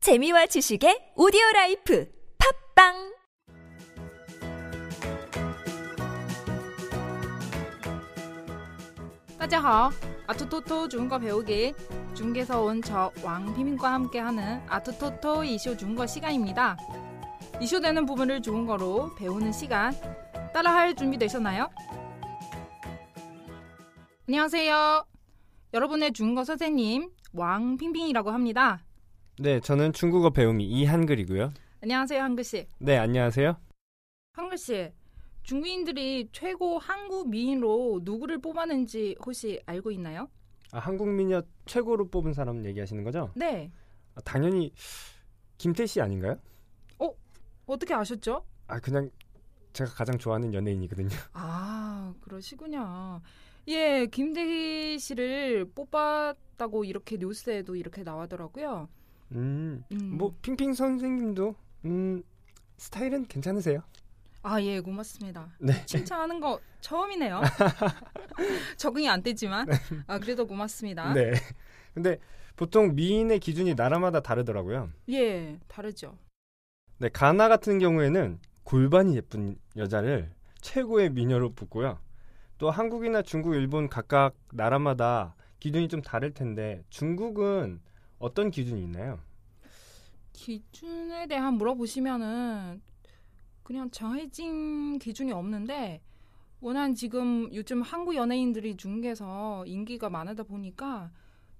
재미와 지식의 오디오 라이프 팝빵 안녕하세요. 아토토토 중국어 배우기 중국에서 온 저 왕피민과 함께하는 아토토토 이슈 중국어 시간입니다. 이슈되는 부분을 중국어로 배우는 시간 따라할 준비 되셨나요? 안녕하세요. 여러분의 중국어 선생님 왕핑핑이라고 합니다. 네, 저는 중국어 배우미 이한글이고요. 안녕하세요 한글 씨. 네, 안녕하세요. 한글 씨. 중국인들이 최고 한국 미인으로 누구를 뽑았는지 혹시 알고 있나요? 아, 한국 미녀 최고로 뽑은 사람 얘기하시는 거죠? 네. 아, 당연히 김태 씨 아닌가요? 어떻게 아셨죠? 아, 그냥 제가 가장 좋아하는 연예인이거든요. 아, 그러시군요. 예, 김대희 씨를 뽑았다고 이렇게 뉴스에도 이렇게 나와더라고요. 음, 음. 뭐 핑핑 선생님도 음 스타일은 괜찮으세요? 아, 예, 고맙습니다. 네. 칭찬하는 거 처음이네요. 적응이 안 되지만. 아, 그래도 고맙습니다. 네. 근데 보통 미인의 기준이 나라마다 다르더라고요. 예, 다르죠. 네, 가나 같은 경우에는 골반이 예쁜 여자를 최고의 미녀로 뽑고요. 또 한국이나 중국, 일본 각각 나라마다 기준이 좀 다를 텐데 중국은 어떤 기준이 있나요? 기준에 대한 물어보시면은 그냥 정해진 기준이 없는데 워낙 지금 요즘 한국 연예인들이 중국에서 인기가 많다 보니까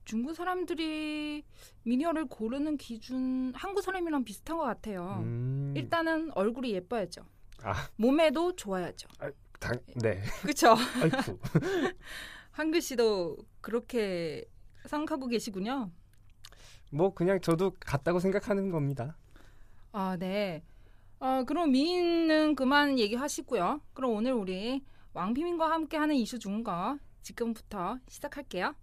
중국 사람들이 미녀를 고르는 기준 한국 사람이랑 비슷한 것 같아요. 음, 어, 일단은 얼굴이 예뻐야죠. 아. 몸매도 좋아야죠. 당, 네. 그렇죠. 아이쿠. 한글 씨도 그렇게 생각하고 계시군요. 뭐 그냥 저도 같다고 생각하는 겁니다. 아, 네. 아, 그럼 미인은 그만 얘기하시고요. 그럼 오늘 우리 왕피민과 함께하는 이슈 중거 지금부터 시작할게요.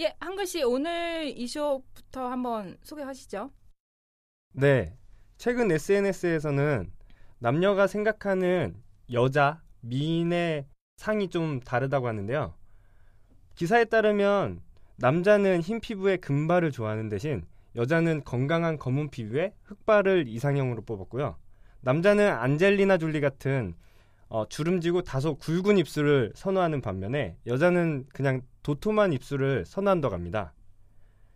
예, 한글 씨 오늘 이슈부터 한번 소개하시죠. 네. 최근 SNS에서는 남녀가 생각하는 여자, 미인의 상이 좀 다르다고 하는데요. 기사에 따르면 남자는 흰 피부에 금발을 좋아하는 대신 여자는 건강한 검은 피부에 흑발을 이상형으로 뽑았고요. 남자는 안젤리나 졸리 같은 어, 주름지고 다소 굵은 입술을 선호하는 반면에 여자는 그냥 도톰한 입술을 선호한다고 합니다.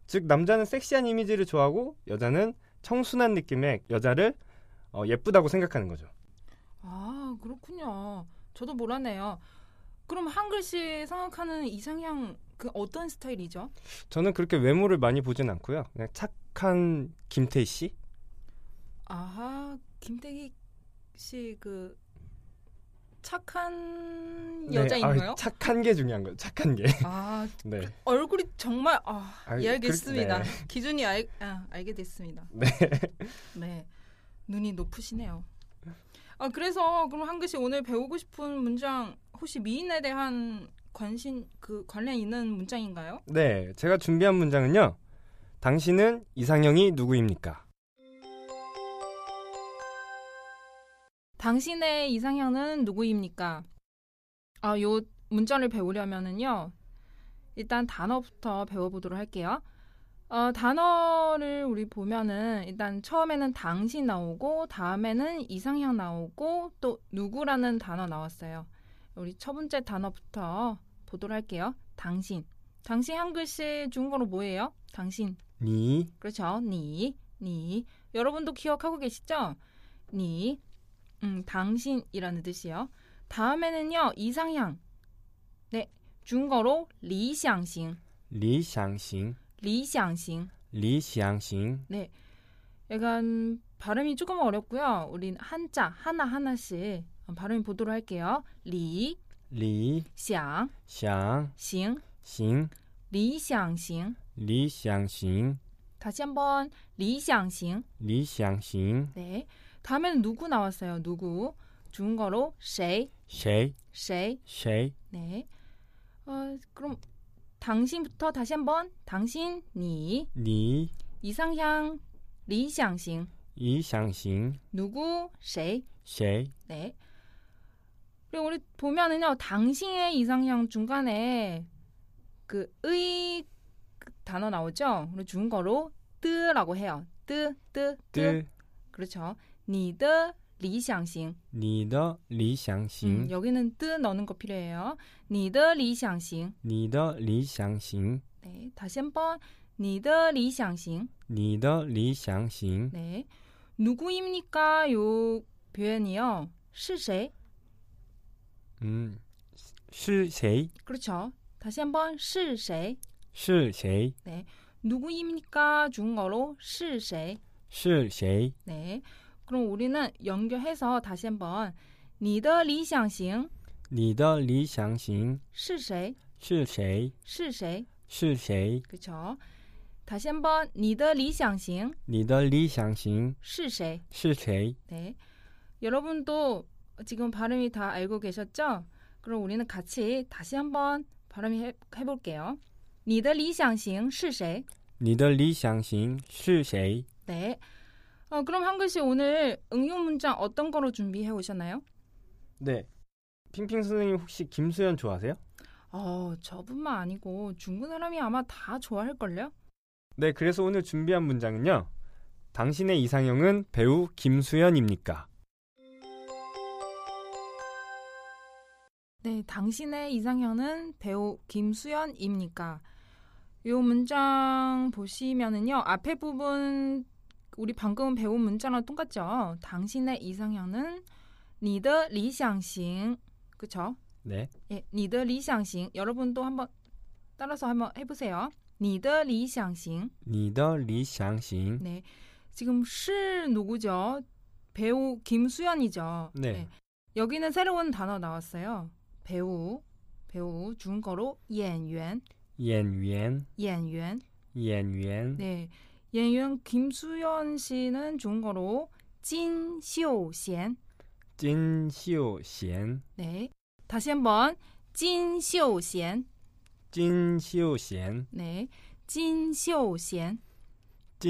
즉 남자는 섹시한 이미지를 좋아하고 여자는 청순한 느낌의 여자를 어, 예쁘다고 생각하는 거죠. 아, 그렇군요. 저도 몰랐네요. 그럼 한글 씨 생각하는 이상향 그 어떤 스타일이죠? 저는 그렇게 외모를 많이 보진 않고요. 그냥 착한 김태희 씨. 아하 김태기 씨 그 착한 네, 여자인가요? 아, 착한 게 중요한 거예요. 착한 게. 아 네. 얼굴이 정말 아 아, 이해하겠습니다. 그- 네. 기준이 알, 아, 알게 됐습니다. 네. 네 눈이 높으시네요. 아 그래서 그럼 한글 씨 오늘 배우고 싶은 문장 혹시 미인에 대한 관심 그 관련 있는 문장인가요? 네, 제가 준비한 문장은요. 당신은 이상형이 누구입니까? 당신의 이상형은 누구입니까? 아, 요 문자를 배우려면은요. 일단 단어부터 배워보도록 할게요. 어, 단어를 우리 보면은 일단 처음에는 당신 나오고 다음에는 이상형 나오고 또 누구라는 단어 나왔어요. 우리 첫 번째 단어부터 보도록 할게요. 당신. 당신 한 글씨 중국어로 뭐예요? 당신. 니, 그렇죠. 니, 니. 여러분도 기억하고 계시죠? 니, 음, 당신이라는 뜻이요. 다음에는요, 이상향. 네, 중거로 리샹싱, 리샹싱, 리샹싱. 리샹싱. 네, 약간 발음이 조금 어렵고요. 우린 한자 하나 하나씩 발음 보도록 할게요. 리, 샹, 리샹싱, 싱, 리샹싱. 리샹싱, 다시 한번 리샹싱. 리샹싱. 네, 다음에는 누구 나왔어요? 누구? 중거로 쉐이, 谁, 쉐이. 谁, 네. 어, 그럼 당신부터 다시 한번 당신, 니, 你, 이상향, 리상싱, 理想型 누구, 谁.谁 네. 그리고 우리 보면은요, 당신의 이상형 중간에 그 의그 단어 나오죠? 그리고 중국어로 뜨라고 해요. 뜨, 뜨, 뜨. 的 그렇죠. 你的理想型.你的理想 음, 型 여기는 뜨 넣는 거 필요해요. 你的理想型.你的理想型 네, 다시 한번 你的理想型.你的理想型 네. 누구입니까? 요 표현이요. 是谁? 음, 是谁 그렇죠. 다시 한번 是谁?是谁 누구입니까? 중국어로 是谁?是谁 네. 그럼 우리는 연결해서 다시 한번 你的理想型你的理想型是谁?是谁是谁?是谁 그렇죠. 다시 한번 你的理想型你的理想型是谁?是谁 네. 여러분도 지금 발음이 다 알고 계셨죠? 그럼 우리는 같이 다시 한번 발음해 해볼게요. 你的理想型是谁?你的理想型是谁 네. 어, 그럼 한글 씨 오늘 응용 문장 어떤 거로 준비해 오셨나요? 네 핑핑 선생님 혹시 김수현 좋아하세요? 어, 저뿐만 아니고 중국 사람이 아마 다 좋아할걸요? 네, 그래서 오늘 준비한 문장은요. 당신의 이상형은 배우 김수현입니까? 네, 당신의 이상형은 배우 김수현입니까? 요 문장 보시면은요, 앞에 부분 우리 방금 배운 문장랑 똑같죠? 당신의 이상형은 你的理想型, 그쵸? 네. 예, 你的理想型. 여러분도 한번 따라서 한번 해보세요. 你的理想型.你的理想型. 네, 지금 실 누구죠? 배우 김수현이죠. 네. 여기는 새로운 단어 나왔어요. 배우, 배우 중국어로 演员,演员,演员.演员. 네, 演员 김수현 씨는 중국어로 진쇼贤. 진시오贤, 네, 다시 한번 진쇼贤. 진시오贤, 네, 진쇼贤.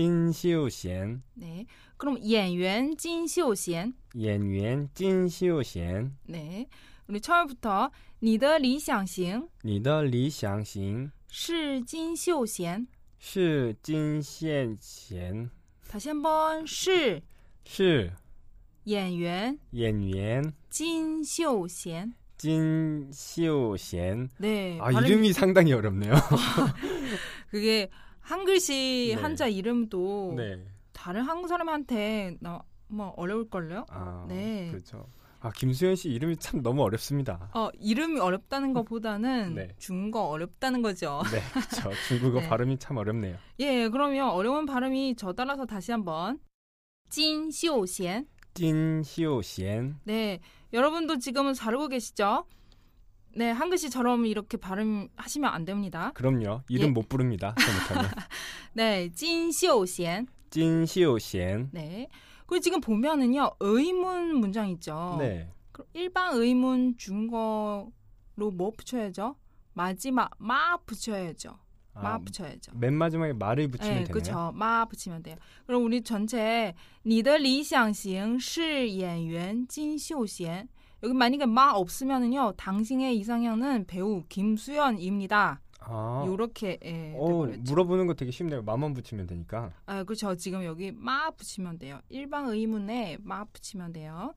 진시오贤. 네, 그럼 演员 진쇼贤. 演员 진시오贤. 네, 우리 처음부터 你的理想型你的理想型是金秀贤。是金线贤, 다시 한번 是是演员演员金秀贤. 진시오贤. 네. 아, 발음이- 이름이 상당히 어렵네요. 그게 한 글씨 네. 한자 이름도 네. 다른 한국 사람한테 너무 뭐 어려울 걸요. 아, 네. 그렇죠. 아, 김수현 씨 이름이 참 너무 어렵습니다. 어 이름이 어렵다는 것보다는 네. 중거 어렵다는 거죠. 네, 그렇죠. 중국어 네. 발음이 참 어렵네요. 예, 그러면 어려운 발음이 저 따라서 다시 한번 진秀贤. 찐시오贤, 네, 여러분도 지금은 잘 알고 계시죠? 네, 한 글씨처럼 이렇게 발음하시면 안 됩니다. 그럼요. 이름 예. 못 부릅니다. 잘못하면. 네, 진쇼贤. 찐시오贤. 네. 그리고 지금 보면은요, 의문 문장 있죠. 네. 그럼 일반 의문 중거로 뭐 붙여야죠? 마지막 마 붙여야죠. 마 아, 붙여야죠. 맨 마지막에 말을 붙이면 되나요? 그렇죠. 마 붙이면 돼요. 그럼 우리 전체 你的理想型是演员金秀贤. 여기 만약에 마 없으면은요, 당신의 이상형은 배우 김수현입니다. 아. 요렇게 예, 어, 돼버렸죠. 물어보는 거 되게 쉽네요. 마만 붙이면 되니까. 아, 그렇죠. 지금 여기 마 붙이면 돼요. 일반 의문에 마 붙이면 돼요.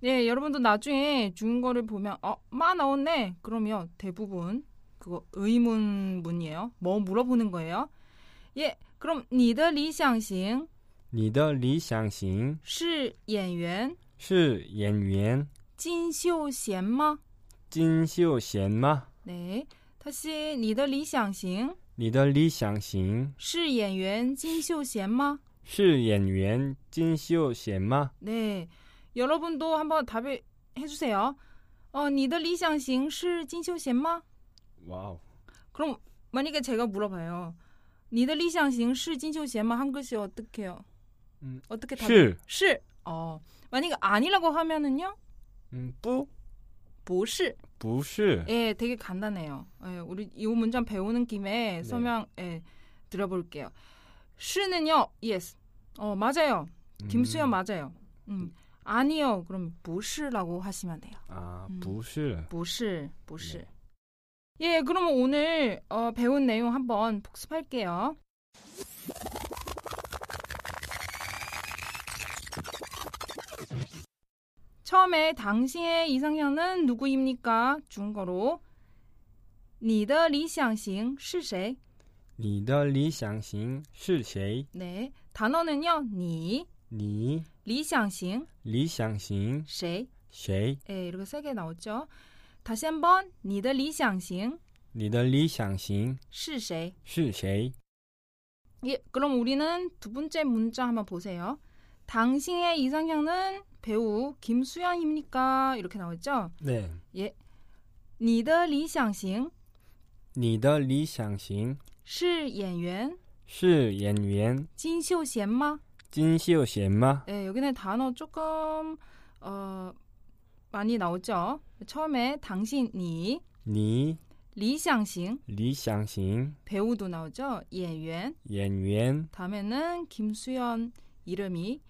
네, 여러분도 나중에 중거를 보면 어, 마 나왔네. 그러면 대부분 그거 의문문이에요. 뭐 물어보는 거예요? 예. 그럼 你的理想型你的理想型是演员是演员金秀贤吗?金秀贤吗? 네. 다시 你的理想型你的理想型是演员金秀贤吗?是演员金秀贤吗? 네. 여러분도 한번 답을 해주세요. 어, 你的理想型是金秀贤吗? 와우. 그럼 만약에 제가 물어봐요. 你的理想型是金秀贤吗? 한 글씨 어떻게 해요? 음, 어떻게 네, 답? 是 시. 어. 만약에 아니라고 하면은요? 음, 뿌? 不是.不是. 예, 되게 간단해요. 예, 우리 이 문장 배우는 김에 네. 설명 예, 드려볼게요. 시는요, yes. 어, 맞아요. 김수현 음, 맞아요. 음. 아니요. 그럼 무시라고 하시면 돼요. 아, 음. 부실. 무시, 무시. 예, 그러면 오늘 어, 배운 내용 한번 복습할게요. 처음에 당신의 이상형은 누구입니까? 중거로 你的理想型是谁?你的理想型是谁？ 네, 단어는요. 你你理想型理想型谁?谁？ 예, 이렇게 세 개 나왔죠. 다시 한번 你的理想型你的理想型是谁是谁？ 예, 그럼 우리는 두 번째 문자 한번 보세요. 당신의 이상형은 배우 김수현입니까? 이렇게 나오죠. 예. 对，你的理想型你的理想型是演员是演员金秀贤吗？金秀贤吗？ 예, 여기는 단어 조금 어 많이 나오죠. 처음에 당신, 니, 你 리상싱 理想型 배우도 나오죠. 演员演员 다음에는 김수현 이름이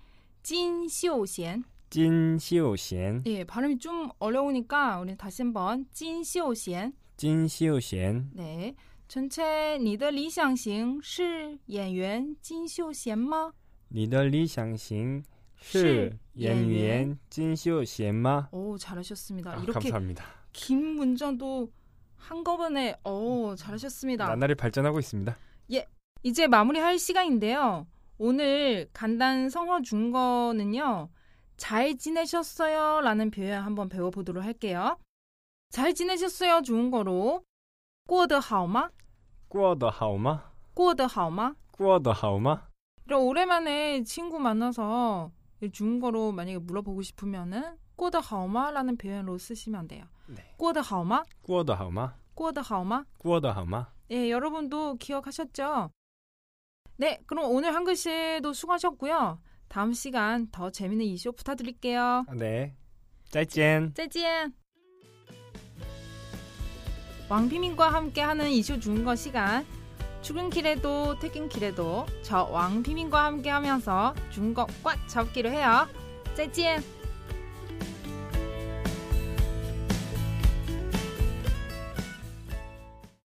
진시오贤. 金秀贤， 예, 발음이 좀 어려우니까 우리 다시 한번 진시오贤. 金秀贤 네. 전체 你的理想型是演员金秀贤吗?你的理想型是是演演员员金秀贤吗？ 오, 잘하셨습니다. 아, 이렇게 啊 감사합니다. 긴 문장도 한꺼번에 오, 잘하셨습니다. 나날이 발전하고 있습니다. 이제 마무리할 시간인데요. 오늘 간단 성어 준거는요. 잘 지내셨어요? 라는 표현 한번 배워보도록 할게요. 잘 지내셨어요? 좋은 거로 过得好吗?过得好吗？过得好吗?过得好吗？ 이런 오랜만에 친구 만나서 이 중국어로 만약에 물어보고 싶으면은 꼬더하오마라는 표현으로 쓰시면 돼요. 네. 꼬더하오마, 过得好吗？ 꼬더하오마. 过得好吗？ 예, 여러분도 기억하셨죠? 네, 그럼 오늘 한 글씨도 수고하셨고요. 다음 시간 더 재밌는 이슈 부탁드릴게요. 对，再见。 짜잔! 왕피민과 함께하는 이슈 중거 시간 출근길에도 퇴근길에도 저 왕피민과 함께하면서 중거 꽉 잡기로 해요. 짜잔!